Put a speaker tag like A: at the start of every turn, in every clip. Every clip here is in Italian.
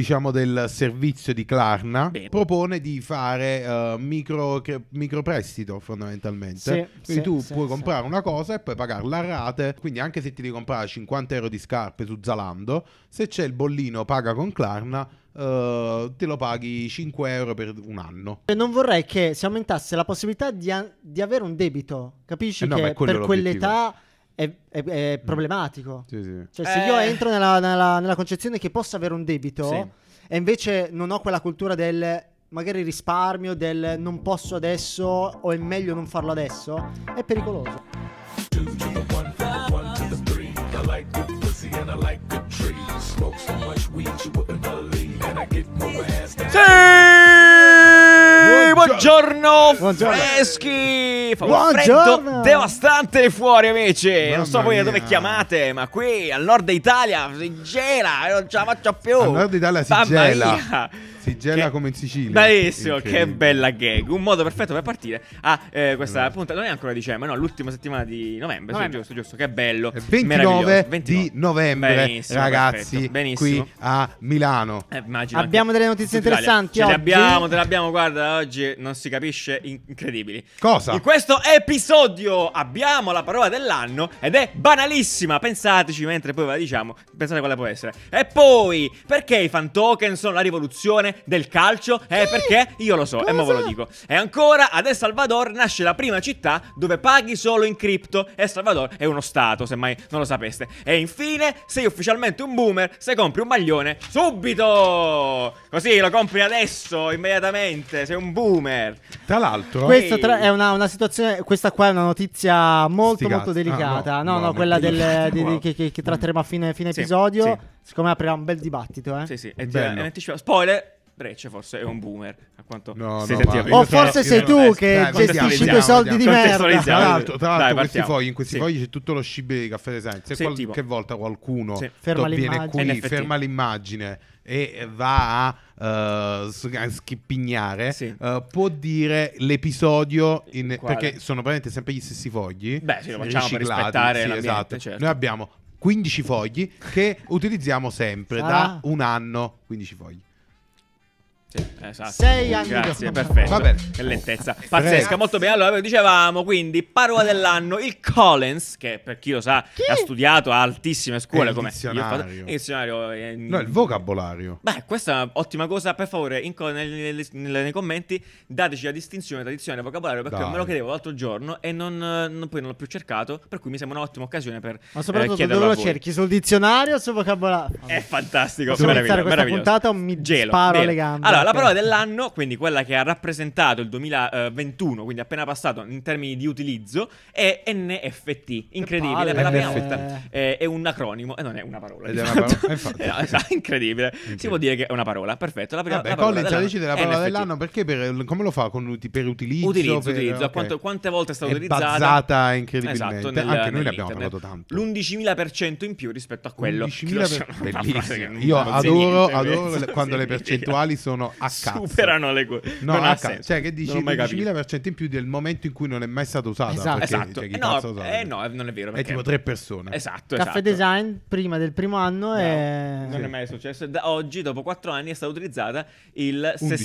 A: diciamo del servizio di Klarna
B: Bene.
A: propone di fare eh, micro, cre- microprestito fondamentalmente
C: Sì,
A: quindi
C: sì,
A: tu
C: sì,
A: puoi
C: sì.
A: comprare una cosa e poi pagarla a rate quindi anche se ti devi comprare 50 euro di scarpe su Zalando se c'è il bollino paga con Klarna eh, te lo paghi 5 euro per un anno
C: Cioè, Non vorrei che si aumentasse la possibilità di, a- di avere un debito, capisci?
A: Eh no, ma
C: che
A: è quello Mm.
C: per
A: l'obiettivo.
C: quell'età è, è- è problematico.
A: sì, sì.
C: Cioè, se
B: Eh.
C: io entro nella, nella- nella concezione che possa avere un debito
B: Sì.
C: e invece non ho quella cultura del magari risparmio, del non posso adesso o è meglio non farlo adesso, è pericoloso.
B: Sì! Buongiorno,
C: Buongiorno.
B: freschi! Fa un
C: Buongiorno.
B: freddo devastante fuori amici! Non so
A: Mamma
B: voi da dove
A: mia.
B: chiamate, ma qui al nord d'Italia si gela, io non ce la faccio più!
A: Al nord Italia si
B: Mamma
A: gela.
B: mia.
A: Si gela
B: Che-
A: come in Sicilia.
B: Bravissimo, che
A: Incredibile.
B: bella gag! Un modo perfetto per partire a eh, questa
A: Allora.
B: puntata. Non è ancora dicembre, no, l'ultima settimana di novembre, sì,
C: Novembre.
B: giusto, giusto, che bello!
A: Eh, 29
B: meraviglioso,
A: di
B: 29.
A: novembre,
B: Benissimo,
A: ragazzi,
B: perfetto, benissimo.
A: qui a Milano.
B: Eh, immagino
C: Abbiamo
B: anche
C: delle notizie
B: tutta Italia.
C: interessanti
B: Ce le
C: oggi?
B: abbiamo, te le abbiamo. Guarda, oggi non si capisce. in- incredibili.
A: Cosa?
B: In questo episodio abbiamo la parola dell'anno ed è banalissima. Pensateci mentre poi ve la diciamo. Pensate quale può essere. E poi, perché i fan token sono la rivoluzione del calcio? Eh, perché io lo so, e mo ve lo
C: Cosa?
B: dico. E ancora, ad El Salvador nasce la prima città dove paghi solo in cripto. El Salvador è uno stato, semmai non lo sapeste. E infine, sei ufficialmente un boomer se compri un maglione subito. Così lo compri adesso, immediatamente. Sei un boomer.
A: Tra l'altro,
B: Que-
C: Questa tra- è una, una situazione, questa qua è una notizia molto
A: Sti
C: molto
A: cazzi.
C: delicata.
A: Ah, no,
C: no, no,
A: no,
C: quella
A: molto
C: del-
B: delicata,
C: di- di-
B: wow.
C: che, che- che tratteremo a fine, fine
B: Sì,
C: episodio.
B: sì.
C: Secondo me aprirà un bel dibattito. Eh?
B: Sì, sì, e ti
A: Bello.
B: e anticipo- spoiler, Breccia forse è un boomer, a quanto
A: No,
B: si
A: no,
B: sentiva
A: ma-
B: prima.
A: io
C: O forse
A: io
C: sei
A: no,
C: tu
A: adesso-
C: che
A: dai,
C: gestisci
A: contestualizziamo,
C: due soldi di
B: contestualizziamo.
A: tra
C: merda.
B: Contestualizziamo.
A: l'altro, tra l'altro
B: Dai,
A: questi
B: partiamo.
A: fogli, in questi
B: Sì.
A: fogli c'è tutto lo scibile di Caffè Design. Se
B: Sì,
A: qual-
B: tipo.
A: che volta qualcuno
B: Sì.
C: Ferma
A: to- viene
C: l'immagine.
A: qui,
B: NFT.
A: ferma l'immagine e va a eh, s- a schippignare,
B: Sì.
A: eh, può dire l'episodio in-
B: Quale?
A: perché sono praticamente sempre gli stessi fogli.
B: Beh, sì, lo facciamo per
A: riciclati,
B: rispettare
A: sì,
B: l'ambiente,
A: esatto.
B: certo.
A: Noi abbiamo 15 fogli che utilizziamo sempre da
C: Sarà?
A: un anno. 15 fogli.
B: Sì, esatto.
C: Sei anni
B: Grazie,
C: dopo.
B: perfetto.
A: Va bene.
B: Che lentezza.
A: Prego.
B: Pazzesca, molto bene. Allora, come dicevamo, quindi, parola dell'anno, il Collins, che per chi lo sa,
C: Chi?
B: ha studiato a altissime
A: È
B: scuole
A: il
B: come io ho
A: dizionario.
B: il dizionario. eh,
A: No, il vocabolario.
B: Beh, questa è un'ottima cosa, per favore, in co- nel- nel- nel- nei commenti dateci la distinzione tra dizione e vocabolario perché
A: Dai.
B: me lo chiedevo l'altro giorno e non, eh, non- poi non l'ho più cercato, per cui mi sembra un'ottima occasione per
C: Ma
B: eh,
C: soprattutto
B: chiederlo
C: dove
B: a
C: lo
B: voi. Eh,
C: cerchi? Sul dizionario o sul vocabolario?
B: È fantastico,
C: Possiamo
B: meraviglioso,
C: iniziare questa
B: meraviglioso.
C: puntata o mi
B: Gelo,
C: sparo
B: gelo.
C: alle gambe?
B: Allora, la
C: Ok.
B: parola dell'anno, quindi quella che ha rappresentato il 2021, quindi appena passato in termini di utilizzo, è NFT. Incredibile,
C: palle.
B: per la prima
A: NFT.
B: volta eh, è un acronimo e non è una parola.
A: Ed
B: di
A: è una
B: fatto.
A: parola, infatti.
B: Eh, no, esatto, incredibile. Si può dire che è una parola, perfetto. La prima
A: Vabbè,
B: la parola Eh,
A: Collins,
B: dell'anno
A: dici della
B: è
A: parola
B: NFT.
A: dell'anno perché per- come lo fa con uti- per utilizzo?
B: Utilizzo,
A: per-
B: utilizzo. A
A: ok.
B: quanto- quante volte è stata
A: È
B: utilizzata?
A: Bazzata incredibilmente.
B: Esatto,
A: Anche noi ne abbiamo parlato tanto.
B: L'11.000% in più rispetto a quello.
A: 11.000
B: Che lo so,
A: per-
B: una
A: bellissimo.
B: frase che non
A: Io
B: vuol dire
A: adoro-
B: niente,
A: adoro
B: penso,
A: le- quando le
B: significa-
A: percentuali sono a cazzo.
B: Superano le cose.
A: No,
B: non
A: a
B: ha
A: ca-
B: senso.
A: cioè che dici
B: Non ho mai capito.
A: 11.000% in più del momento in cui non è mai stata usata.
C: Esatto.
A: perché,
B: Esatto.
A: cioè, chi
B: Eh
A: cazzo lo
B: no,
A: sa?
B: eh no, non è vero.
A: È
B: perché-
A: tipo tre persone.
B: Esatto,
C: Caffè
B: esatto.
C: Design prima del primo anno
B: Bravo.
A: eh.
C: è...
B: Non è mai successo. Da oggi, dopo 4 anni, è stata utilizzata il
A: 11.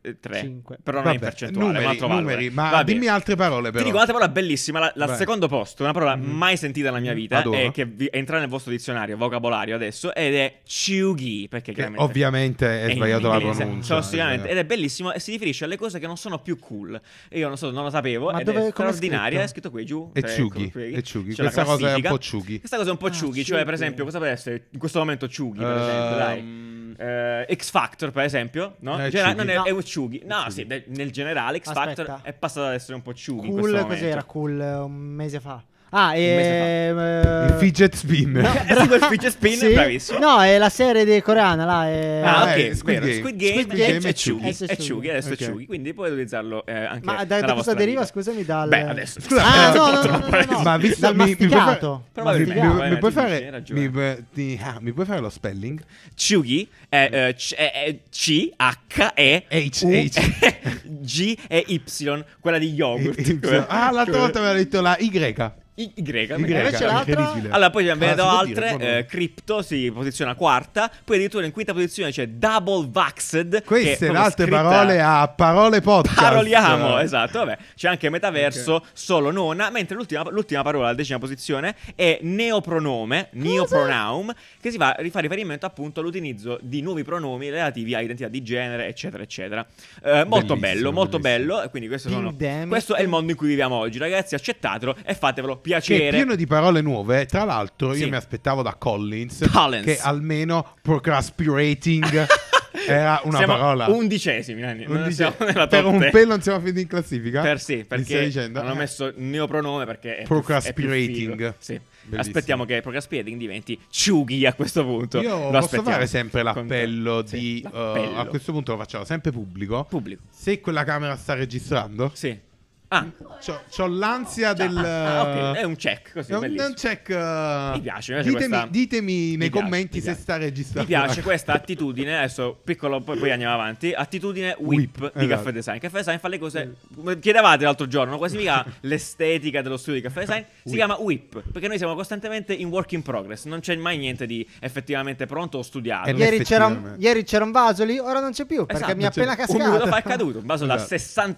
B: 63.
C: Cinque.
B: Però non è in
A: Vabbè,
B: percentuale, è un
A: numeri,
B: altro valore.
A: numeri, ma
B: Va bene.
A: dimmi altre parole
B: Ti
A: però.
B: dico un'altra parola bellissima, la- la- al
A: Vai.
B: secondo posto, una parola
A: Mhm.
B: mai sentita nella mia vita,
A: Adoro.
B: e che vi- entra nel vostro dizionario, vocabolario adesso, ed è chiugi, perché
A: Che
B: chiaramente...
A: ovviamente è
B: Eh, in
A: sbagliato la
B: inglese,
A: pronuncia. eh.
B: cioè, sicuramente, ed è bellissimo e si riferisce alle cose che non sono più cool. E Io non so, non lo sapevo.
C: Ma
B: ed
C: dove-
B: è
C: come è
B: straordinaria.
C: scritto?
B: È scritto qui giù.
A: E
B: cioè,
A: ciughi,
B: qui-
A: e ciughi.
B: c'è la
A: Questa cosa è un
B: classifica.
A: po' ciughi.
B: Questa cosa è un po'
C: Ah,
B: ciughi. Cioè,
C: ciughi.
B: per esempio, cosa potrebbe essere in questo momento ciughi? Per esempio, dai.
A: Ehm,
B: Eh, X Factor, per esempio, no?
A: Eh,
B: In generale-
A: ciughi.
B: non è,
C: No.
B: è un ciughi. No,
A: Ciughi.
B: sì, de- nel generale X
C: Aspetta.
B: Factor è passato ad essere un po' ciughi. in questo
C: Cool,
B: momento.
C: cos'era cool eh, un mese fa? Ah, e... ehm,
B: mese
C: Eh.
A: Il fidget spinner.
C: No,
B: Eh, sì, quel fidget spin,
C: Sì.
B: bravissimo.
C: No, è la serie dei coreana là. È...
B: Ah,
A: Ah,
B: ok,
A: eh, Squid
B: vero.
A: Game.
B: Squid Game,
C: Squid
B: è-
C: Game
B: è
C: e
B: ciughi,
C: Ciughi.
B: è ciughi, adesso
A: Ok.
B: è ciughi, quindi puoi utilizzarlo eh, anche
C: Ma da,
B: nella
C: da
B: vostra
C: cosa deriva,
B: vita.
C: scusami, dal...
B: Beh, adesso
A: Scusa,
C: Ah,
A: eh,
C: no,
A: troppo-
C: no, no, no, no.
A: Ma visto
C: Dal
A: mi, mi puoi
C: masticato.
A: fare-
B: Dal
A: mi- mi-
B: masticato,
A: mi puoi
B: eh, tu dici,
A: fare-
B: hai ragione.
A: mi puoi- ti- ah, mi puoi fare lo spelling?
B: Ciughi è eh, c- è- è C H E
A: H,
B: U-
A: H.
B: G e Y, quella di yogurt.
A: ah, Y- Ah, l'altra volta mi aveva detto la Y.
B: I, i greca,
A: I
B: perché-
A: greca,
C: Invece l'altra-
A: incredibile.
B: Allora, poi ce ne
A: Ah, si
B: vedo
A: può
B: altre.
A: dire, si può dire.
B: eh, Crypto si posiziona quarta. Poi addirittura in quinta posizione c'è Double Vaxxed. che
A: Queste
B: è
A: in
B: proprio
A: altre
B: scritta-
A: parole a parole podcast.
B: Paroliamo,
A: Eh.
B: esatto, vabbè. C'è anche metaverso, solo nona, mentre l'ultima, l'ultima parola, la decima posizione, è neopronome, neopronoun, che si fa, fa riferimento appunto all'utilizzo di nuovi pronomi relativi a identità di genere, eccetera, eccetera. Eh, molto
A: Bellissimo,
B: bello, molto
A: bellissimo.
B: bello. e Quindi questo, sono-
C: Pandemic.
B: questo è il mondo in cui viviamo oggi, ragazzi, accettatelo e fatevelo
A: Che è
B: piacere.
A: pieno di parole nuove. Tra l'altro, io
B: Sì.
A: mi aspettavo da Collins,
B: Collins.
A: che almeno procrastinating era una
B: Siamo
A: parola.
B: Undicesimi, Nanni, non
A: Undici-
B: siamo nella
A: per
B: top
A: un
B: ten.
A: pelo non siamo finiti in classifica.
B: Per sì,
A: Mi stai
B: perché
A: dicendo?
B: hanno
A: Eh.
B: messo il neopronome perché è più- è più
A: Procrastinating.
B: figo. Sì.
A: Bellissimo.
B: Aspettiamo che procrastinating diventi ciughi a questo punto.
A: Io
B: Esatto. Lo
A: posso
B: aspettiamo.
A: fare sempre
B: Con-
A: l'appello
B: sì,
A: di eh,
B: l'appello.
A: a questo punto lo facciamo sempre pubblico.
B: pubblico.
A: Se quella camera sta registrando,
B: Sì. Ah,
A: c'ho, c'ho l'ansia
B: già,
A: del eh,
B: ah, ah, ok, è un check così,
A: è un,
B: bellissimo.
A: è un check. eh,
B: Mi piace, mi piace
A: ditemi,
B: questa-
A: ditemi nei
B: Mi piace,
A: commenti
B: mi
A: se
B: piace.
A: sta registrando.
B: Mi piace questa attitudine, adesso piccolo, poi, poi andiamo avanti. Attitudine
A: Whip,
B: whip, di
A: esatto.
B: Caffè Design. Caffè Design fa le cose. come Chiedevate l'altro giorno quasi si chiama l'estetica dello studio di Caffè Design? Si
A: Whip.
B: chiama whip perché noi siamo costantemente in work in progress, non c'è mai niente di effettivamente pronto o studiato.
A: E lei
C: Ieri c'era, un,
A: Effettivamente.
C: ieri c'ora un vaso lì, ora non c'è più perché
B: Esatto,
C: mi è
A: c'è-
C: appena
B: Un minuto fa è
C: cascato.
B: caduto, un vaso
A: Esatto.
B: da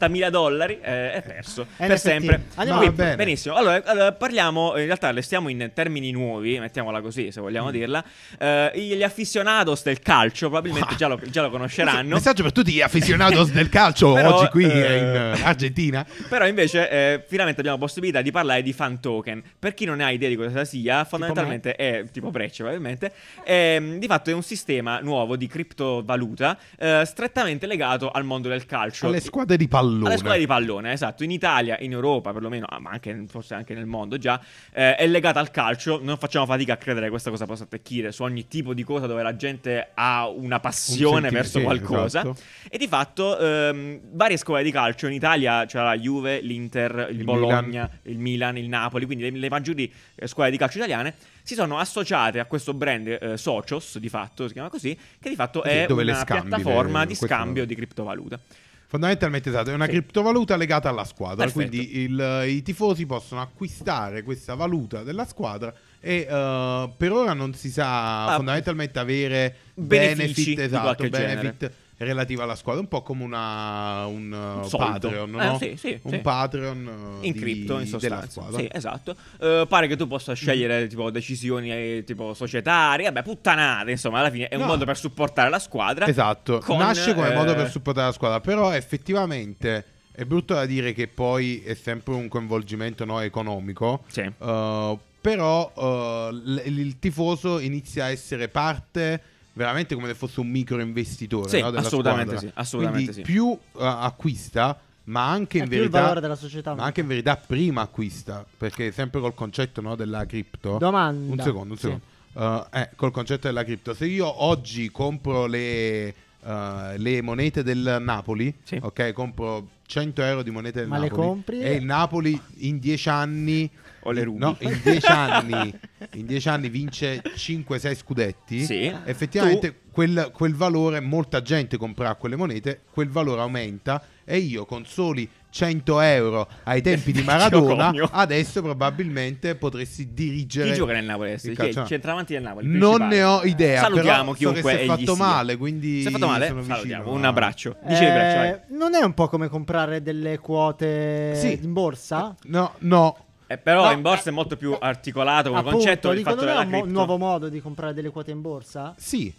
B: 60.000 dollari eh, è perso
C: È
B: per
C: NFT.
B: sempre.
C: Andiamo
B: Quindi,
A: avanti. Va bene.
B: Benissimo, allora, allora, parliamo, in realtà le stiamo in termini nuovi, mettiamola così se
A: Mm.
B: vogliamo dirla. Eh, gli aficionados del calcio probabilmente già lo, già lo conosceranno.
A: Messaggio per tutti gli aficionados del calcio
B: Però,
A: oggi qui
B: eh,
A: in eh, Argentina.
B: Però invece eh, finalmente abbiamo possibilità di parlare di fan token. Per chi non ha idea di cosa sia, fondamentalmente è tipo Breccia probabilmente. ehm, di fatto è un sistema nuovo di criptovaluta eh, strettamente legato al mondo del calcio.
A: Alle squadre di pallone.
B: cioè, Alle squadre di pallone, esatto. In Italia, in Europa perlomeno, ah, ma anche, forse anche nel mondo già, eh, è legata al calcio. Non facciamo fatica a credere che questa cosa possa attecchire su ogni tipo di cosa dove la gente ha una passione
A: sentire-
B: verso
A: sì,
B: qualcosa.
A: esatto.
B: E di fatto ehm, varie scuole di calcio in Italia, c'è la Juve, l'Inter, il,
A: Il
B: Bologna,
A: Milan.
B: il Milan, il Napoli, quindi le, le maggiori eh, scuole di calcio italiane si sono associate a questo brand eh, Socios, di fatto, si chiama così, che di fatto
A: Sì,
B: è
A: dove le
B: una
A: scambi, le-
B: piattaforma di
A: questo-
B: scambio di criptovaluta.
A: Fondamentalmente esatto, è una
B: Sì.
A: criptovaluta legata alla squadra,
B: Perfetto.
A: quindi il- i tifosi possono acquistare questa valuta della squadra e eh, per ora non si sa
B: Ah,
A: fondamentalmente avere
B: benefici
A: benefit,
B: di
A: esatto,
B: qualche
A: benefit relativo alla squadra, un po' come una, un, eh,
B: Un soldo.
A: Patreon,
B: Eh,
A: no?
B: sì, sì,
A: un
B: sì.
A: Patreon eh,
B: in
A: di-
B: cripto in
A: della
B: sostanza
A: squadra. Mm-hmm.
B: sì esatto Eh, pare che tu possa scegliere tipo decisioni eh, tipo societarie vabbè puttanate insomma alla fine è un
A: No.
B: modo per supportare la squadra
A: Esatto,
B: con,
A: nasce come modo
B: eh,
A: per supportare la squadra, però effettivamente è brutto da dire che poi è sempre un coinvolgimento no, economico,
B: sì
A: eh, però eh, l- il tifoso inizia a essere parte veramente come se fosse un micro investitore.
B: Sì,
A: no, della
B: assolutamente
A: squadra.
B: sì, assolutamente
A: Quindi
B: sì.
A: più eh, acquista, ma anche
C: È
A: in
C: più il
A: verità...
C: valore della società.
A: Ma anche in verità prima acquista, perché sempre col concetto no, della cripto...
C: Domanda.
A: Un secondo, un
B: Sì.
A: secondo. Eh, eh, col concetto della cripto, se io oggi compro le, eh, le monete del Napoli,
B: Sì.
A: ok, compro 100 euro di monete del
C: Ma le
A: Napoli
C: compri?
A: e il Napoli in 10 anni,
B: o le rubi
A: no, in 10 anni, in 10 anni vince 5-6 scudetti,
B: sì
A: effettivamente quel, quel valore, molta gente comprerà quelle monete, quel valore aumenta e io con soli 100 euro ai tempi di
B: Vecchio
A: Maradona,
B: conio.
A: adesso probabilesti potresti dirigere
B: chi gioca nel Napoli adesso?
A: il
B: Chi è il
A: calcio-
B: centravanti del Napoli? Il
A: non
B: principale?
A: ne ho idea.
B: Salutiamo
A: però
B: chiunque
A: So che si è
B: egli
A: fatto
B: sia.
A: male, quindi.
B: Si è fatto male?
A: sono vicino
B: Salutiamo,
A: a-
B: un abbraccio.
C: Eh,
B: Dicevi Breccia, vai.
C: non è un po' come comprare delle quote
A: Sì.
C: in borsa?
A: No, no.
B: Eh, però
C: No, eh,
B: in borsa è molto più articolato come
C: Appunto,
B: concetto il
C: dico,
B: fatto
C: non è
B: della
C: un mo-
B: cripto.
C: nuovo modo di comprare delle quote in borsa?
A: Sì.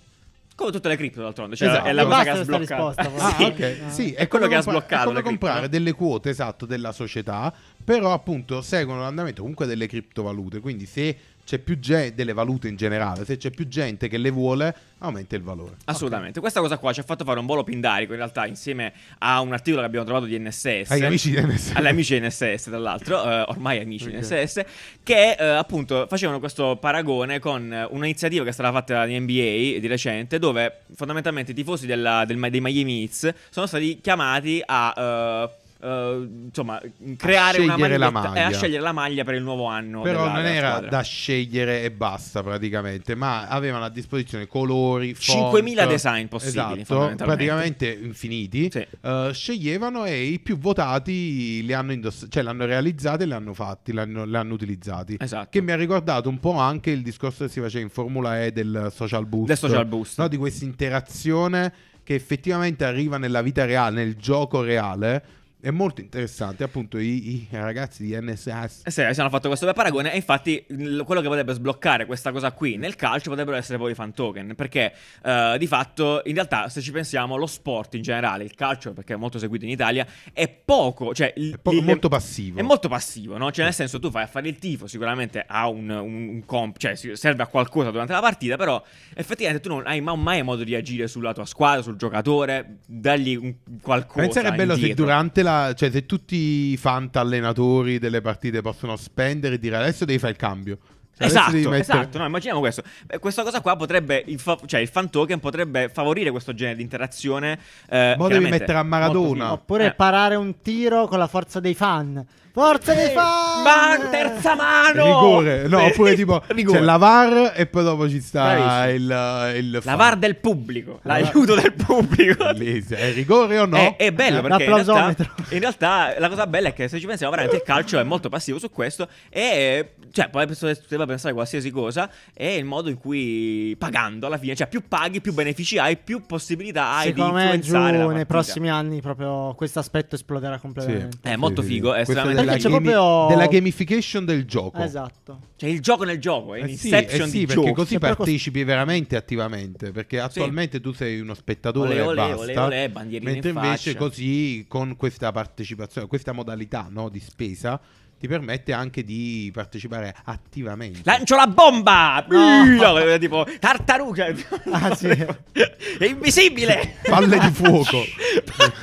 B: Come tutte le cripto d'altronde, cioè
A: Esatto.
B: è la
A: Non
B: cosa che ha
C: basta questa
B: sbloccato.
C: risposta,
A: Ah,
C: Sì.
A: ok.
C: Ah.
A: Sì,
B: È quello che ha
A: compra-
B: sbloccato
A: È
B: le
A: come
B: cripto,
A: comprare
B: no?
A: delle quote esatto della società, però appunto seguono l'andamento comunque delle criptovalute. Quindi se c'è più gente, delle valute in generale, se c'è più gente che le vuole, aumenta il valore.
B: Ah, Assolutamente, questa cosa qua ci ha fatto fare un volo pindarico in realtà insieme a un articolo che abbiamo trovato di NSS.
A: Agli amici di NSS.
B: Agli amici di NSS, tra l'altro, eh, ormai amici di
A: Ok.
B: NSS, che eh, appunto facevano questo paragone con eh, un'iniziativa che è stata fatta di NBA di recente, dove fondamentalmente i tifosi della- del- dei Miami Heat sono stati chiamati a eh, eh, insomma, creare una
A: scegliere la
B: maglietta- eh, a
A: maglia.
B: scegliere la maglia per il nuovo anno.
A: Però
B: della-
A: non
B: della
A: era
B: squadra.
A: da scegliere e basta praticamente, ma avevano a disposizione colori, font,
B: 5.000 design possibili,
A: esatto,
B: fondamentalmente.
A: praticamente infiniti.
B: Sì.
A: Eh, sceglievano e i più votati li hanno indossati, cioè l'hanno realizzati e li hanno fatti, li hanno, li hanno utilizzati.
B: Esatto.
A: Che mi ha ricordato un po' anche il discorso che si faceva in Formula E del social boost.
B: Del social boost.
A: no? di questa interazione che effettivamente arriva nella vita reale, nel gioco reale. È molto interessante, appunto, i, i ragazzi di NSS.
B: Eh Sì, si hanno fatto questo bel paragone e infatti l- quello che potrebbe sbloccare questa cosa qui nel calcio potrebbero essere poi i fan token perché eh, di fatto in realtà se ci pensiamo lo sport in generale, il calcio perché è molto seguito in Italia è poco, cioè il-
A: È poco-
B: il-
A: molto passivo.
B: è molto passivo, no? Cioè nel senso tu vai a fare il tifo, sicuramente ha un, un, un comp, cioè si- serve a qualcosa durante la partita, però effettivamente tu non hai ma- mai modo di agire sulla tua squadra, sul giocatore, dargli un qualcosa
A: Pensa che è bello se
B: indietro.
A: durante la. cioè, se tutti i fanta allenatori delle partite possono spendere e dire adesso devi fare il cambio. Cioè, adesso
B: Esatto,
A: devi mettere-
B: esatto, no, immaginiamo questo. Eh, Questa cosa qua potrebbe, il fa- cioè il fan token potrebbe favorire questo genere di interazione. Eh,
A: Mo devi
B: chiaramente
A: mettere a Maradona.
B: molto figo.
C: Oppure
B: Eh.
C: parare un tiro con la forza dei fan. Forza dei fan!
B: Eh, Ma terza mano!
A: Rigore, no, oppure tipo
B: Rigore.
A: c'è la VAR e poi dopo ci sta
B: Bravissimo.
A: il, il
B: La
A: fan.
B: VAR del pubblico,
A: La-
B: l'aiuto del pubblico.
A: Bellissimo. È rigore o no?
B: È, è bello
C: Eh,
B: perché in realtà,
C: l'applausometro.
B: in realtà la cosa bella è che se ci pensiamo veramente il calcio è molto passivo su questo e cioè poi penso- si deve pensare a qualsiasi cosa e il modo in cui pagando alla fine, cioè più paghi più benefici hai, più possibilità hai
C: Secondo
B: di
C: me giù
B: influenzare la
C: nei
B: partita.
C: prossimi anni proprio questo aspetto esploderà
A: Eh,
C: completamente.
B: È molto figo, Eh, è
A: Questa
B: estremamente
A: della,
C: Perché c'è
A: gami-
C: proprio-
A: della gamification del gioco.
C: Esatto.
B: Cioè il gioco nel gioco, è
A: Eh sì,
B: l'inception
A: eh sì,
B: di
A: perché
B: gioco.
A: così
C: Cioè, però cos-
A: partecipi veramente attivamente. Perché attualmente tu sei uno spettatore
B: Ole,
A: e
B: ole,
A: basta.
B: ole, ole, bandierine
A: mentre
B: in
A: invece
B: faccia.
A: così con questa partecipazione, questa modalità no, di spesa ti permette anche di partecipare attivamente.
B: Lancio la bomba!
C: No.
B: No, tipo tartaruga.
C: Ah, sì.
B: È invisibile.
A: Palle di fuoco.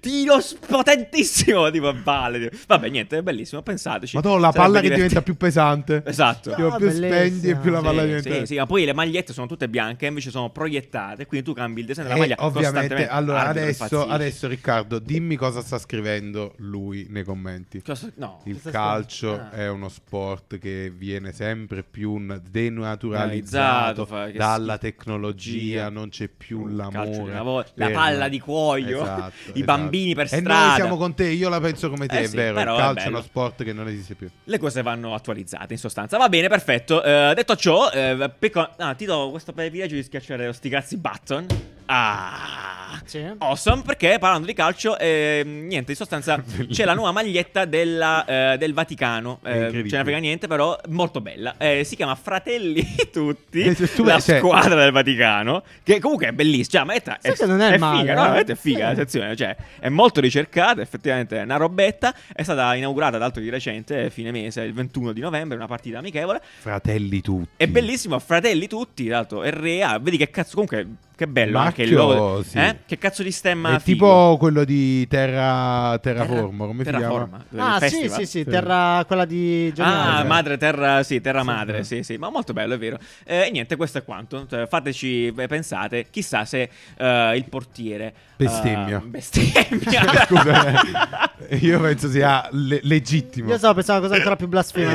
B: Tiro s- potentissimo, tipo vale. tipo. Vabbè, niente, è bellissimo, pensateci.
A: Ma tu la
B: Sarebbe
A: palla che
B: divertente.
A: diventa più pesante.
B: Esatto.
A: Più,
C: Ah,
A: più
C: bellissimo.
A: spendi e più la
C: Sì,
A: palla
B: sì,
A: diventa
B: sì, ma poi le magliette sono tutte bianche, invece sono proiettate, quindi tu cambi il design della
A: Eh,
B: maglia
A: ovviamente,
B: costantemente.
A: allora
B: Arbitro
A: adesso,
B: impazzisce.
A: adesso Riccardo, dimmi cosa sta scrivendo lui nei commenti.
B: Cosa- no.
A: Il
C: sta
A: calcio
B: scrivendo? Ah.
A: è uno sport che viene sempre più n- denaturalizzato
B: Realizzato, fa- che
A: dalla
B: schifo.
A: tecnologia, non c'è più
B: Un calcio di
A: l'amore.
B: una volta, la
A: le-
B: palla di cuoio,
A: Esatto,
B: i
A: esatto.
B: bambini per
A: E
B: strada.
A: noi siamo con te, io la penso come te,
B: Eh
A: è
B: sì,
A: vero, il
B: però è
A: calcio è uno
B: bello.
A: sport che non esiste più.
B: Le cose vanno attualizzate in sostanza. Va bene, perfetto. Eh, detto ciò, eh, picco- ah, ti do questo privilegio di schiacciare lo sti cazzi button. Ah,
C: Sì.
B: awesome. Perché parlando di calcio, ehm, niente, in sostanza c'è la nuova maglietta della, eh, del Vaticano.
A: È
B: Eh,
A: incredibile.
B: ce ne frega niente, però molto bella. Eh, si chiama Fratelli Tutti,
A: Eh, se tu-
B: la
A: cioè-
B: squadra del Vaticano. Che comunque è bellissima. Cioè, la maglietta è,
C: Sai che non è
B: è
C: male,
B: figa, no? La
C: eh?
B: maglietta è figa.
C: Sì.
B: se- collezione, cioè è molto ricercata, effettivamente è una robetta, è stata inaugurata d'altro di recente, fine mese, il 21 di novembre, una partita amichevole,
A: Fratelli tutti.
B: è bellissimo, fratelli tutti, d'altro è rea, vedi che cazzo, comunque che bello anche il
A: Marchio,
B: logo,
A: sì.
B: eh? che cazzo di stemma
A: È tipo quello di Terra, Terraforma, come si chiama?
C: Ah, sì, sì, sì, terra quella di Johnny
B: Ah,
A: Johnny
C: Ive.
B: madre terra, sì, terra
A: Sì,
B: madre,
A: eh.
B: sì, sì, ma molto bello, è vero. Eh, E niente, questo è quanto. Cioè, fateci, eh, pensate, chissà se eh, il portiere...
A: Bestemmia.
B: eh, bestemmia.
A: Scusa, eh, io penso sia le- legittimo.
C: Io so, pensavo cosa ancora più blasfema.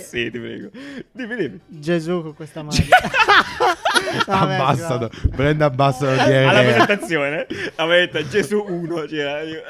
B: sì, ti prego. Dimmi, dimmi.
C: Gesù con questa maglia. Vabbè,
A: Ambassador, prende ambassador di
B: Alla
A: Erea.
B: presentazione avete Gesù 1. Cioè,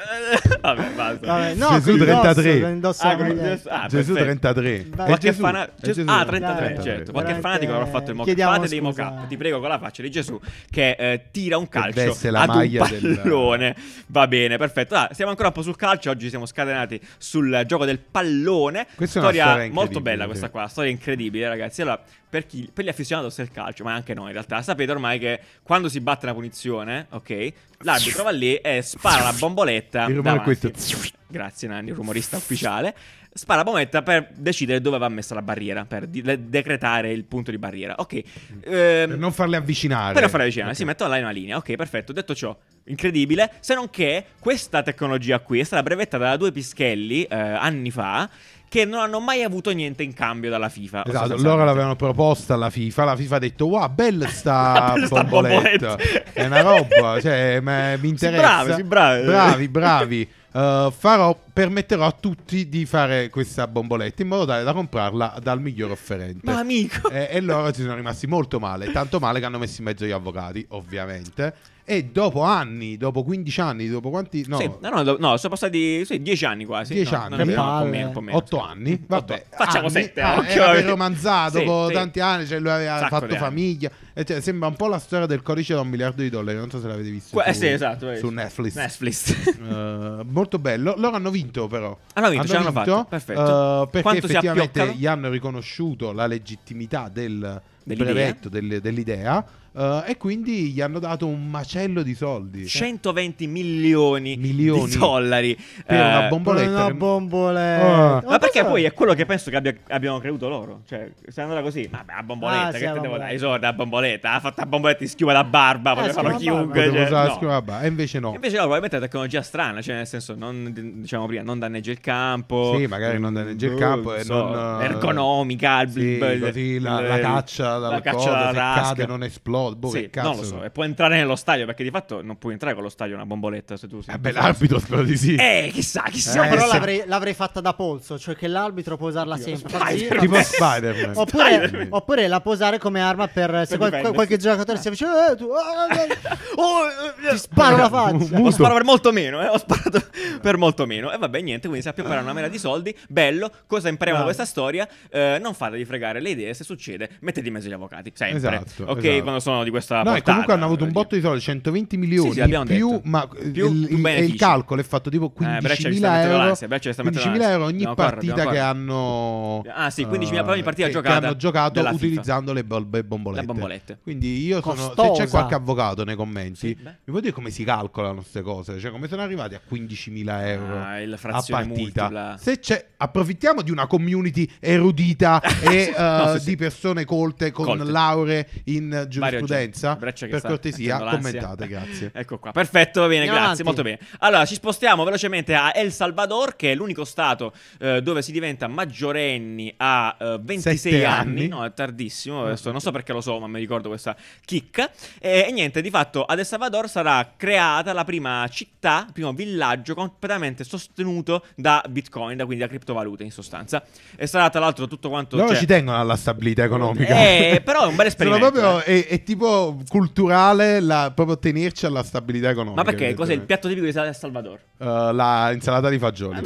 B: vabbè, basta.
C: Vabbè, no,
A: Gesù
C: con l'indosso,
A: 33.
C: con l'indosso
B: Ah,
C: la maglia.
B: Gesù- ah,
A: Gesù
B: perfetto.
A: 33.
C: Qualche
A: È
B: Qualche
A: Gesù,
B: fana-
A: è
B: Gesù-
A: Gesù
B: ah, 33,
C: Dai,
B: certo.
C: veramente-
B: Qualche fanatico avrà fatto il mock.
C: chiediamo
B: Fate dei mock
C: scusa.
B: up. Ti prego, con la faccia di Gesù che eh, tira un calcio
A: veste la
B: ad un
A: maglia del-
B: pallone. Va bene, perfetto. Ah, siamo ancora un po' sul calcio. Oggi siamo scatenati sul gioco del pallone.
A: Questa è una
B: storia,
A: storia
B: molto
A: incredibile,
B: bella, questa
A: sì.
B: qua. Storia incredibile, ragazzi. Allora, per, chi, per gli aficionados del calcio, ma anche noi in realtà, sapete ormai che quando si batte una punizione, ok, l'arbitro va lì e spara la bomboletta.
A: Il rumore è
B: davanti.
A: questo.
B: Grazie Nanni, il rumorista ufficiale. Spara bomboletta per decidere dove va messa la barriera, per di- de- decretare il punto di barriera. Ok.
A: Per
B: ehm,
A: non farle avvicinare.
B: per non fare vicino,
A: Ok.
B: si mettono là in una linea. Ok, perfetto. Detto ciò, incredibile. Se non che questa tecnologia qui è stata brevettata da due pischelli eh, anni fa che non hanno mai avuto niente in cambio dalla FIFA.
A: Esatto,
B: sostanzialmente.
A: loro l'avevano proposta alla FIFA, la FIFA ha detto "Wow, bella sta
B: Bella sta
A: bomboletta".
B: bomboletta.
A: È una roba, cioè, ma mi
B: Sì,
A: interessa.
B: bravi, sì, bravi.
A: Bravi, bravi. eh, farò, permetterò a tutti di fare questa bomboletta in modo tale da comprarla dal miglior offerente.
B: Ma amico.
A: Eh, e loro ci sono rimasti molto male, tanto male che hanno messo in mezzo gli avvocati, ovviamente. E dopo anni, dopo 15 anni, dopo quanti... No,
B: Sì, no, no, do- no, sono passati sì, dieci anni quasi.
A: 10
B: no,
A: anni,
B: no, no,
C: vero?
B: un po' meno, un po' meno,
A: 8
B: sì.
A: anni, vabbè,
B: Otto. Facciamo
A: anni.
B: 7
A: Ah,
B: anni.
A: era per romanzato
B: Sì,
A: dopo
B: sì.
A: tanti anni, cioè lui aveva
B: Sacco di
A: fatto
B: anni.
A: famiglia, e cioè, sembra un po' la storia del codice da un miliardo di dollari, non so se l'avete visto
B: Que-
A: su,
B: eh, sì, esatto, vai.
A: su Netflix.
B: Netflix.
A: Eh, molto bello, loro hanno vinto però.
B: Hanno vinto, ce l'hanno fatta, perfetto.
A: eh, perché
B: Quanto si
A: effettivamente
B: appioccano?
A: gli hanno riconosciuto la legittimità del
B: Dell'idea.
A: brevetto, del- dell'idea, eh, e quindi gli hanno dato un macello di soldi.
B: 120 milioni,
A: Milioni.
B: di dollari
A: Per una
B: Eh,
A: bomboletta
C: Una
A: che-
C: bomboletta.
A: Ah.
C: Ma
B: Oh. Ma perché
C: cosa-
B: poi è quello che penso che abbia- abbiano creduto loro. Cioè, se è andata così, vabbè, la bomboletta,
C: Ah, sì,
B: che te
C: la
B: devo
C: bomboletta.
B: dare i soldi la bomboletta? Ha fatto la bomboletta in schiuma da barba, poteva
C: schiuma
B: farlo
C: da barba.
B: chiunque.
A: Potevo
B: Cioè,
A: usare la
B: no.
A: scrivania, e invece no.
B: Invece no, probabilmente è tecnologia strana, cioè nel senso, non, diciamo prima, non danneggia il campo.
A: Sì, magari non danneggia il
B: Boh,
A: campo e
B: so,
A: non, eh,
B: Ergonomica, il-
A: sì,
B: il-
A: così la-
B: il-
A: la caccia dalla
B: la caccia
A: cosa,
B: dalla
A: se
B: tasca.
A: cade non esplode, boh,
B: sì,
A: che cazzo.
B: non lo so, e può entrare nello stadio perché di fatto non puoi entrare con lo stadio una bomboletta se tu sei...
A: Vabbè, l'arbitro spero di sì.
B: Eh, chissà, chissà,
A: Eh,
C: Però
A: se-
C: l'avrei, l'avrei fatta da polso, cioè che l'arbitro può usarla sempre. Fa sì.
B: Spider-Man.
A: tipo Spider-Man.
C: Oppure,
B: Spider-Man.
C: oppure la posare come arma per
B: Per
C: se qual-
B: difendersi.
C: qualche giocatore si avvicina eh, tu, ah, ah,
B: Oh, eh,
C: ti sparo la faccia.
A: Muto.
B: Ho sparato per molto meno, eh, ho sparato per molto meno. E vabbè, niente, quindi sappiamo fare una mela di soldi. Bello, cosa impariamo da
C: Bravo.
B: questa storia? Eh, non fatevi fregare le idee, se succede, mettete in mezzo gli avvocati. Sempre.
A: Esatto,
B: ok,
A: esatto.
B: quando sono di questa
A: No, e
B: portata,
A: comunque hanno avuto un
B: voglio
A: botto di soldi, 120 milioni
B: Sì, sì, l'abbiamo
A: più,
B: detto.
A: ma eh, il,
B: Più- eh, più
A: il- e il
B: benefici.
A: calcolo è fatto tipo
B: Eh, Breccia ci
A: 15.000
B: sta mettendo
A: euro,
B: l'ansia, Breccia ci sta mettendo
A: 15.000 euro
B: l'ansia.
A: ogni
B: Dobbiamo correre,
A: partita che
B: dobbiamo
A: hanno
B: Ah, sì, 15.000 per ogni
A: eh,
B: partita
A: che-
B: giocata
A: che hanno giocato
B: della FIFA.
A: utilizzando le, bol- le bombolette.
B: La bomboletta.
A: Quindi io sono se
C: Costosa.
A: c'è qualche avvocato nei commenti,
B: Sì,
A: mi
B: beh.
A: puoi dire come si calcolano queste cose, cioè come sono arrivati a 15.000 euro
B: Ah, il
A: a
B: frazione
A: partita.
B: multipla.
A: Se c'è approfittiamo di una community erudita e
B: No,
A: eh,
B: sì, sì.
A: di persone colte con
B: Colte.
A: lauree in
B: Mario
A: giurisprudenza,
B: Ge- Breccia che
A: per
B: sta
A: cortesia
B: mettendo l'ansia.
A: commentate, grazie.
B: Ecco qua, perfetto, va bene,
C: Andiamo
B: grazie, molto
C: avanti.
B: bene. Allora, ci spostiamo velocemente a El Salvador, che è l'unico stato eh, dove si diventa maggiorenni a eh, 26
A: Sette
B: anni.
A: anni.
B: No, è tardissimo, adesso non so perché lo so, ma mi ricordo questa chicca. E, e niente, di fatto ad El Salvador sarà creata la prima città, il primo villaggio completamente sostenuto da Bitcoin, da, quindi da criptovalute in sostanza. E sarà tra l'altro tutto quanto...
A: Loro
B: cioè-
A: ci tengono alla stabilità economica.
B: Eh, però è un bel
A: Sono
B: esperimento.
A: proprio,
B: eh.
A: è, è tipo culturale la- proprio tenerci alla stabilità economica.
B: Ma perché? Cos'è il
A: evidentemente.
B: piatto tipico di El Salvador?
A: Eh, la insalata di fagioli.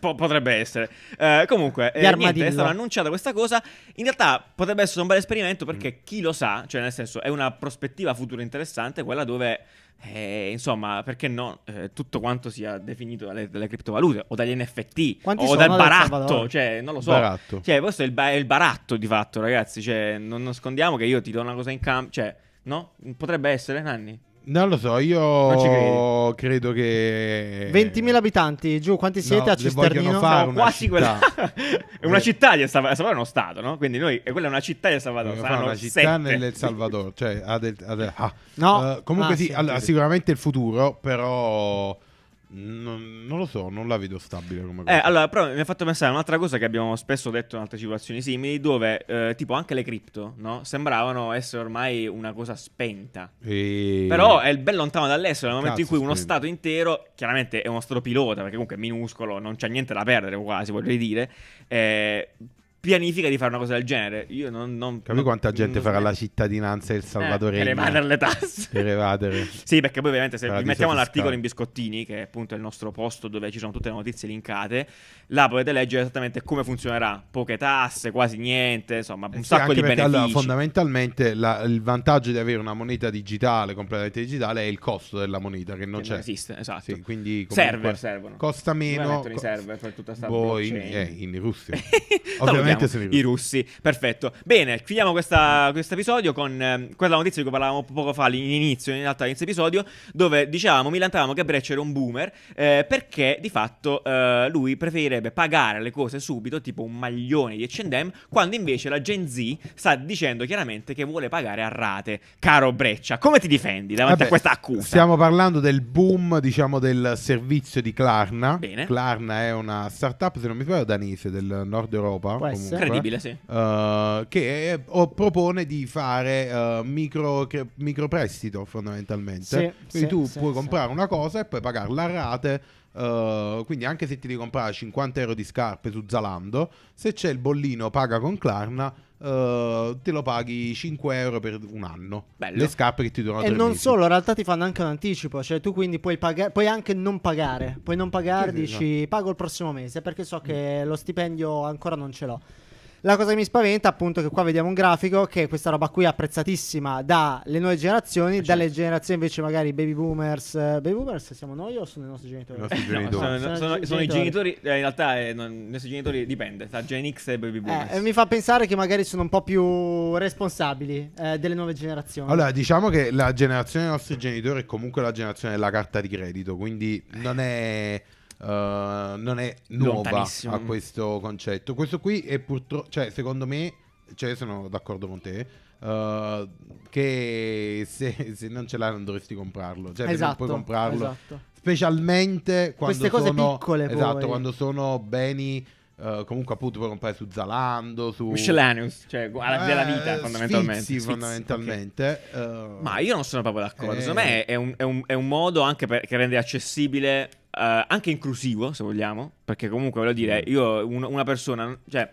B: Po- potrebbe essere. Eh, comunque, eh,
C: Gli
B: niente, è
C: armadillo.
B: stata annunciata questa cosa. In realtà potrebbe essere un bel esperimento perché chi lo sa, cioè nel senso è una prospettiva futura interessante, quella dove, eh, insomma, perché no, eh, tutto quanto sia definito dalle, dalle criptovalute o dagli NFT
C: Quanti
B: o
C: sono
B: dal
C: del
B: baratto,
C: Salvador?
B: cioè non lo so.
A: Baratto.
B: Cioè, questo è il, ba- è il baratto di fatto, ragazzi, cioè non nascondiamo che io ti do una cosa in cambio, cioè, no? Potrebbe essere, Nanni?
A: Non lo so,
B: ci
A: io credo che...
C: 20.000 abitanti, giù, quanti siete
A: Eh. No,
C: a
A: le vogliono
C: Cisternino?
A: fare
B: Siamo
A: una
B: quasi
A: città.
B: quella. è una
A: Eh.
B: città di El Salvador, El Salvador è uno stato, no? Quindi noi, e quella è una città di El Salvador.
A: Vogliono fare
B: saranno
A: una città
B: sette.
A: nel Salvador, cioè ad El- ad El- ah.
C: No.
A: Eh, comunque
C: Ah,
A: sì,
C: sì,
A: allora,
C: sì.
A: sicuramente il futuro, però non, non lo so, non la vedo stabile come cosa.
B: Eh, allora, però mi ha fatto pensare a un'altra cosa che abbiamo spesso detto in altre situazioni simili, dove eh, tipo anche le cripto, no? Sembravano essere ormai una cosa spenta.
A: E-
B: Però è il ben lontano dall'estero nel momento in
A: Cazzo,
B: cui uno
A: sì.
B: Stato intero, chiaramente è uno Stato pilota, perché comunque è minuscolo, non c'è niente da perdere quasi, vorrei dire, eh, pianifica di fare una cosa del genere. Io non... non
A: Capi
B: non-
A: quanta gente
B: Mm, non
A: farà la
B: smetto.
A: cittadinanza del
B: Eh, per
A: Salvadore?
B: evadere le tasse.
A: Per evadere.
B: Sì, perché poi ovviamente se vi
A: Paradiso
B: mettiamo
A: fiscale.
B: l'articolo in biscottini, che è appunto il nostro posto dove ci sono tutte le notizie linkate, là potete leggere esattamente come funzionerà. Poche tasse, quasi niente, insomma, un
A: Eh sì,
B: sacco
A: anche
B: di
A: perché,
B: benefici.
A: allora, fondamentalmente la- il vantaggio di avere una moneta digitale completamente digitale è il costo della moneta che non
B: Che
A: c'è.
B: non esiste, esatto.
A: Sì, quindi comunque
B: server servono.
A: costa
B: Dove
A: meno.
B: mettono i
A: co-
B: server per tutta sta
A: boh, in,
B: blockchain?
A: eh, in Russia.
B: Salutiamo
A: Ovviamente sono in
B: i
A: Russia.
B: russi. Perfetto. Bene, chiudiamo questa- questo episodio con ehm, quella notizia di cui parlavamo poco fa all'inizio, in realtà all'inizio episodio, dove dicevamo, milantavamo che Breccia era un boomer eh, perché di fatto eh, lui preferirebbe pagare le cose subito, tipo un maglione di H&M, quando invece la Gen Z sta dicendo chiaramente che vuole pagare a rate. Caro Breccia, come ti difendi
C: Eh,
A: Vabbè,
B: davanti a questa accusa?
A: Stiamo parlando del boom, diciamo, del servizio di Klarna.
B: Bene.
A: Klarna è una startup, se non mi sbaglio, danese del nord Europa
C: Può
A: o
C: S.
A: comunque.
B: Incredibile, sì.
A: eh, che eh, o- propone di fare eh, micro, cre- microprestito fondamentalmente.
C: Sì,
A: quindi
C: sì,
A: tu
C: sì,
A: puoi
C: sì.
A: comprare una cosa e poi pagarla a rate. eh, quindi anche se ti devi comprare 50 euro di scarpe su Zalando, se c'è il bollino paga con Klarna, eh, te lo paghi 5 euro per un anno.
B: Bello.
A: Le scarpe che ti durano
C: E
A: tre
C: non
A: mesi.
C: solo, in realtà ti fanno anche un anticipo, cioè tu quindi puoi, pagare, puoi anche non pagare, puoi non pagare,
A: Sì, esatto. Mm. sì,
C: dici pago il prossimo mese perché so che lo stipendio ancora non ce l'ho. La cosa che mi spaventa appunto è che qua vediamo un grafico che questa roba qui è apprezzatissima dalle nuove
A: Eh,
C: generazioni,
A: certo.
C: dalle generazioni invece magari baby boomers, eh, baby boomers siamo noi o sono i nostri genitori?
A: I nostri
B: No,
A: genitori.
B: sono,
C: Sono
B: sono-
C: i
B: sono i
C: genitori.
B: genitori. eh, in realtà, eh, non- i nostri genitori dipende. Tra Gen X e Baby Boomers.
C: Eh, e mi fa pensare che magari sono un po' più responsabili eh, delle nuove generazioni.
A: Allora, diciamo che la generazione dei nostri genitori è comunque la generazione della carta di credito, quindi non è, eh, non è nuova
B: Lontanissimo.
A: a questo concetto. Questo qui è purtroppo, cioè, secondo me, cioè, sono d'accordo con te. eh, che se, se non ce l'hai non dovresti comprarlo cioè se non puoi comprarlo
C: esatto.
A: specialmente quando
C: Queste cose
A: sono
C: piccole,
A: esatto
C: poi.
A: quando sono beni eh, comunque appunto puoi comprare su Zalando su
B: Miscellaneous, cioè gu- alla- della vita,
A: Eh,
B: fondamentalmente.
A: sfizi,
B: Sfizi,
A: fondamentalmente eh,
B: ok. Ma io non sono proprio d'accordo.
A: Eh.
B: Secondo me è un, è un- è un modo anche per- che rende accessibile, eh, anche inclusivo, se vogliamo. Perché comunque, voglio dire,
A: Mm.
B: io, un- una persona, cioè,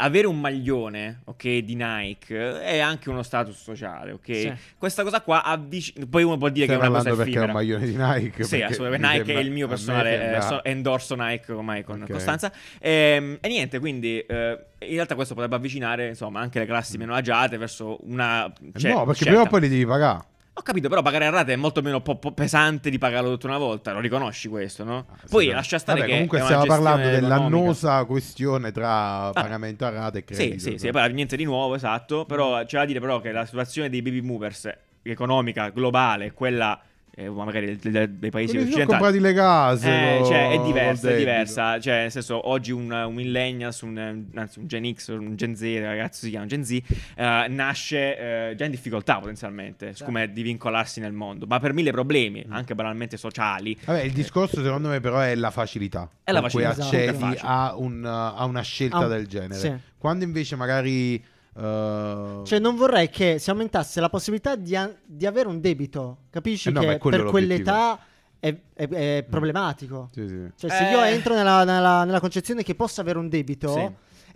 B: avere un maglione, ok, di Nike eh, è anche uno status sociale, ok?
C: Sì.
B: Questa cosa qua avvicina. Poi uno può dire
A: Stai
B: che è una cosa
A: parlando perché è un
B: effimera.
A: maglione di Nike?
B: Sì,
A: Perché
B: assolutamente.
A: mi
B: Nike
A: sembra-
B: è il mio
A: a me
B: personale. eh,
A: sembra-
B: so- endorso Nike ormai con
A: Ok.
B: Costanza. Ehm, E, niente, quindi eh, in realtà questo potrebbe avvicinare insomma anche le classi meno agiate verso una.
A: Mm. Eh,
B: cioè,
A: no, perché
B: scelta.
A: prima o poi li devi pagare.
B: Ho capito, però pagare a rate è molto meno po- po- pesante di pagarlo tutta una volta. Lo riconosci questo, no?
A: Ah, sì,
B: poi
A: però-
B: lascia stare
A: Vabbè,
B: che.
A: comunque
B: è una
A: stiamo
B: gestione
A: parlando
B: economica. Ah,
A: dell'annosa questione tra pagamento a rate e
B: Sì,
A: credito.
B: sì, sì, poi niente di nuovo, esatto,
A: Mm.
B: però c'è da dire però che la situazione dei baby movers economica globale, quella eh, magari del- del- dei paesi
A: Quelli si sono comprati
B: occidentali,
A: le case.
B: Eh,
A: col-
B: cioè, è
A: col
B: diversa, è
A: debito.
B: diversa. Cioè, nel senso, oggi un, un millennials, un, anzi un Gen X, un Gen Z, ragazzi si chiama Gen Z, eh, nasce eh, già in difficoltà potenzialmente,
C: Certo.
B: come di vincolarsi nel mondo, ma per mille problemi,
A: Mm.
B: anche banalmente sociali.
A: Vabbè, il discorso secondo me però è la facilità.
B: È la
A: con cui
B: facilità,
A: accedi
B: comunque è facile.
A: a, un- a una scelta
C: Ah,
A: del genere.
C: sì.
A: Quando invece magari... eh,
C: Cioè, non vorrei che si aumentasse la possibilità di, a- di avere un debito. Capisci
A: Eh no, ma
C: che
A: è quello
C: per
A: l'obiettivo. Mm.
C: quell'età è, è- è problematico.
A: sì, sì.
C: Cioè, se
B: Eh.
C: io entro nella, nella- nella concezione che possa avere un debito
B: Sì.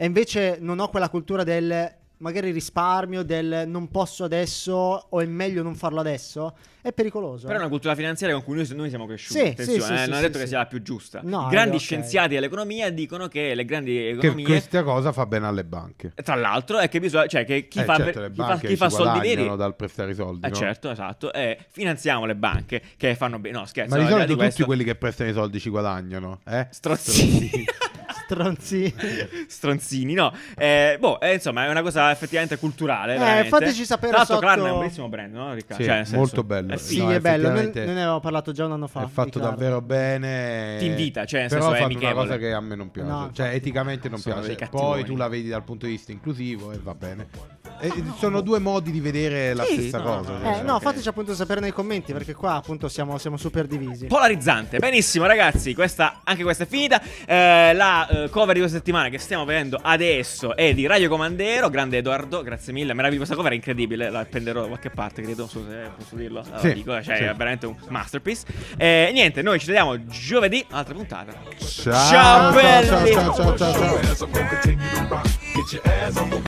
C: e invece non ho quella cultura del magari risparmio, del non posso adesso o è meglio non farlo adesso, è pericoloso.
B: Però è una cultura finanziaria con cui noi, noi siamo cresciuti.
C: Sì,
B: attenzione,
C: sì, sì,
B: eh,
C: sì,
B: non è
C: sì,
B: detto
C: sì.
B: che sia la più giusta.
C: No,
B: I grandi
C: ok.
B: scienziati dell'economia dicono che le grandi
A: Che
B: economie.
A: questa cosa fa bene alle banche.
B: Tra l'altro, è che bisogna. Cioè, che chi
A: Eh,
B: fa,
A: certo,
B: per-
A: le
B: chi fa-
A: banche
B: chi fa
A: ci
B: soldi
A: guadagnano
B: veri.
A: dal prestare i soldi.
B: Eh
A: no?
B: certo, esatto. E finanziamo le banche che fanno bene. No, scherzo.
A: Ma di
B: al là
A: solito tutti
B: Cioè, questo-
A: quelli che prestano i soldi ci guadagnano, eh?
B: Strozzini.
C: Stronzi.
B: Stronzini, no. Eh, boh, eh, insomma, è una cosa effettivamente culturale.
C: Eh,
B: veramente.
C: fateci sapere
B: Tra l'altro,
C: sotto-
B: Klarna è un bellissimo brand, no? Riccardo?
A: Sì,
B: Cioè, nel senso-
A: molto bello.
B: Eh sì.
C: sì,
A: No,
C: è bello. Noi,
A: effettivamente
C: noi ne avevamo parlato già un anno fa.
A: È fatto
C: Riccardo.
A: davvero bene.
B: Ti invita, cioè, nel
A: però
B: senso, è
A: ha fatto una
B: amichevole.
A: cosa che a me non piace,
C: No,
A: cioè
C: infatti.
A: eticamente non
B: Sono dei
A: piace.
B: cattivoni.
A: Poi tu la vedi dal punto di vista inclusivo e va bene. E sono due modi di vedere la
B: Sì,
A: stessa
B: no,
A: cosa.
B: no,
A: cioè.
C: Eh, no,
B: Ok.
C: fateci appunto sapere nei commenti perché qua appunto siamo, siamo super divisi.
B: Polarizzante, benissimo ragazzi, questa, anche questa è finita. Eh, la eh, cover di questa settimana che stiamo vedendo adesso è di Radio Comandero, grande Edoardo, grazie mille, meravigliosa cover, è incredibile, la prenderò da qualche parte, credo, non so se posso dirlo, la
A: Sì,
B: dico, cioè
A: sì.
B: è veramente un masterpiece. Eh, niente, noi ci vediamo giovedì, altra puntata.
A: Ciao,
B: Ciao, belli.
A: ciao, ciao, ciao, ciao.
D: As I'm gonna continue to rock, get your ass on the